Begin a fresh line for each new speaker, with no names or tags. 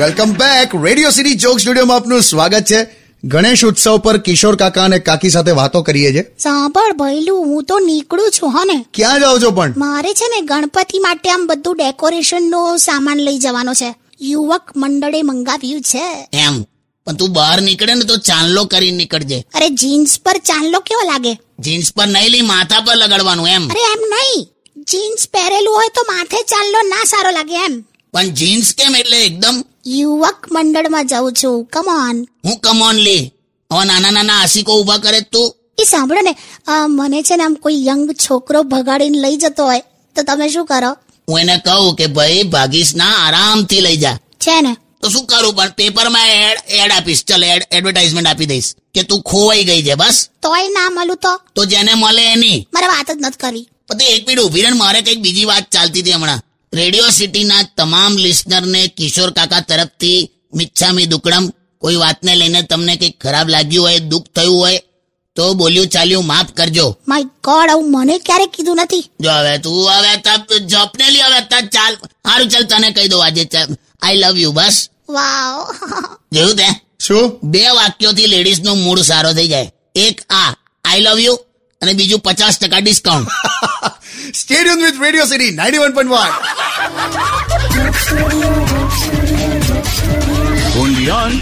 welcome back Radio City joke સ્ટુડિયોમાં આપનું સ્વાગત છે ગણેશ ઉત્સવ પર કિશોર કાકા અને કાકી સાથે વાતો કરીએ છે
સાંભળ ભૈલું હું તો નીકળું છું હા ને
ક્યાં જાઓ છો પણ
મારે છે ને ગણપતિ માટે આમ બધું ડેકોરેશનનો સામાન લઈ જવાનો છે યુવક મંડળે મંગાવ્યું છે
એમ પણ તું બહાર નીકળે ને તો ચાંદલો કરીને નીકળજે
અરે જીન્સ પર ચાંદલો કેવો લાગે
જીન્સ પર નહીં લઈ માથા પર લગાડવાનું એમ
અરે એમ નહીં જીન્સ પહેરેલું હોય તો માથે ચાંદલો ના સારો લાગે એમ
પણ જીન્સ કેમ એટલે એકદમ
યુવક મંડળમાં જાઉં છું કમ ઓન
હું કમોન લે હવે નાના નાના આશિકો ઊભા કરે છે તું
એ સાંભળો ને આ મને છે ને આમ કોઈ યંગ છોકરો ભગાડીને લઈ જતો હોય તો તમે શું કરો
હું એને કહું કે ભાઈ ભાગીશ ના આરામથી લઈ જા
છે ને
તો શું કરું પણ પેપરમાં એડ એડ આપીશ ચલ એડ એડવર્ટાઇઝમેન્ટ આપી દઈશ કે તું ખોવાઈ ગઈ છે બસ
તોય ના મળું તો
તો જેને મળે એની
મારે વાત જ નથી કરવી
પછી એક મિનિટ ઉભી રહે ને, મારે કંઈક બીજી વાત ચાલતી હતી હમણાં રેડિયો સિટીના તમામ લિસનરને કિશોર કાકા તરફથી મિચ્છામી દુકડમ કોઈ વાતને લઈને તમને કંઈક ખરાબ લાગ્યું હોય દુઃખ થયું હોય તો બોલ્યું ચાલ્યું માફ કરજો
માય ગોડ આવું મને ક્યારે કીધું નથી
જો હવે તું હવે તા જોપને લી હવે તા ચાલ સારું ચાલ તને કહી દઉં આજે આઈ લવ યુ બસ
વાવ
જોયું તે
શું
બે વાક્યોથી લેડીઝ નો મૂડ સારો થઈ જાય એક આ આઈ લવ યુ અને બીજું પચાસ ટકા discount
stadium with Radio City ninety one point one
Only on